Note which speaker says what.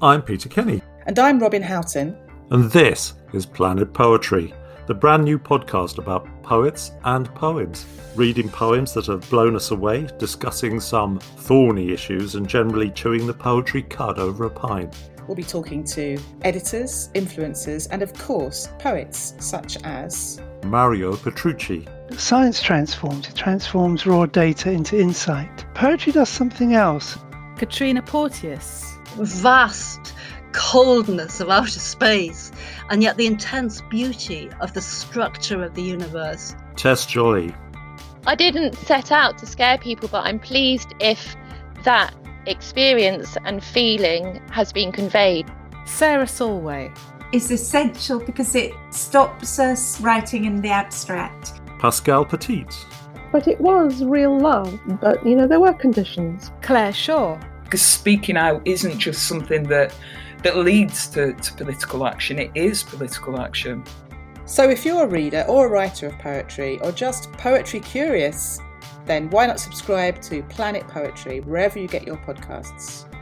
Speaker 1: I'm Peter Kenny.
Speaker 2: And I'm Robin Houghton.
Speaker 1: And this is Planet Poetry, the brand new podcast about poets and poems, reading poems that have blown us away, discussing some thorny issues, and generally chewing the poetry cud over a pint.
Speaker 2: We'll be talking to editors, influencers, and of course, poets such as.
Speaker 1: Mario Petrucci,
Speaker 3: Science transforms, it transforms raw data into insight. Poetry does something else.
Speaker 4: Katrina Porteous,
Speaker 5: vast coldness of outer space, and yet the intense beauty of the structure of the universe.
Speaker 1: Tess Jolly,
Speaker 6: I didn't set out to scare people, but I'm pleased if that experience and feeling has been conveyed.
Speaker 4: Sarah Solway,
Speaker 7: is essential because it stops us writing in the abstract.
Speaker 1: Pascal Petit,
Speaker 8: But it was real love, but you know, there were conditions.
Speaker 4: Claire Shaw,
Speaker 9: because speaking out isn't just something that that leads to, to political action it is political action
Speaker 2: So if you're a reader or a writer of poetry or just poetry curious, then why not subscribe to Planet Poetry wherever you get your podcasts?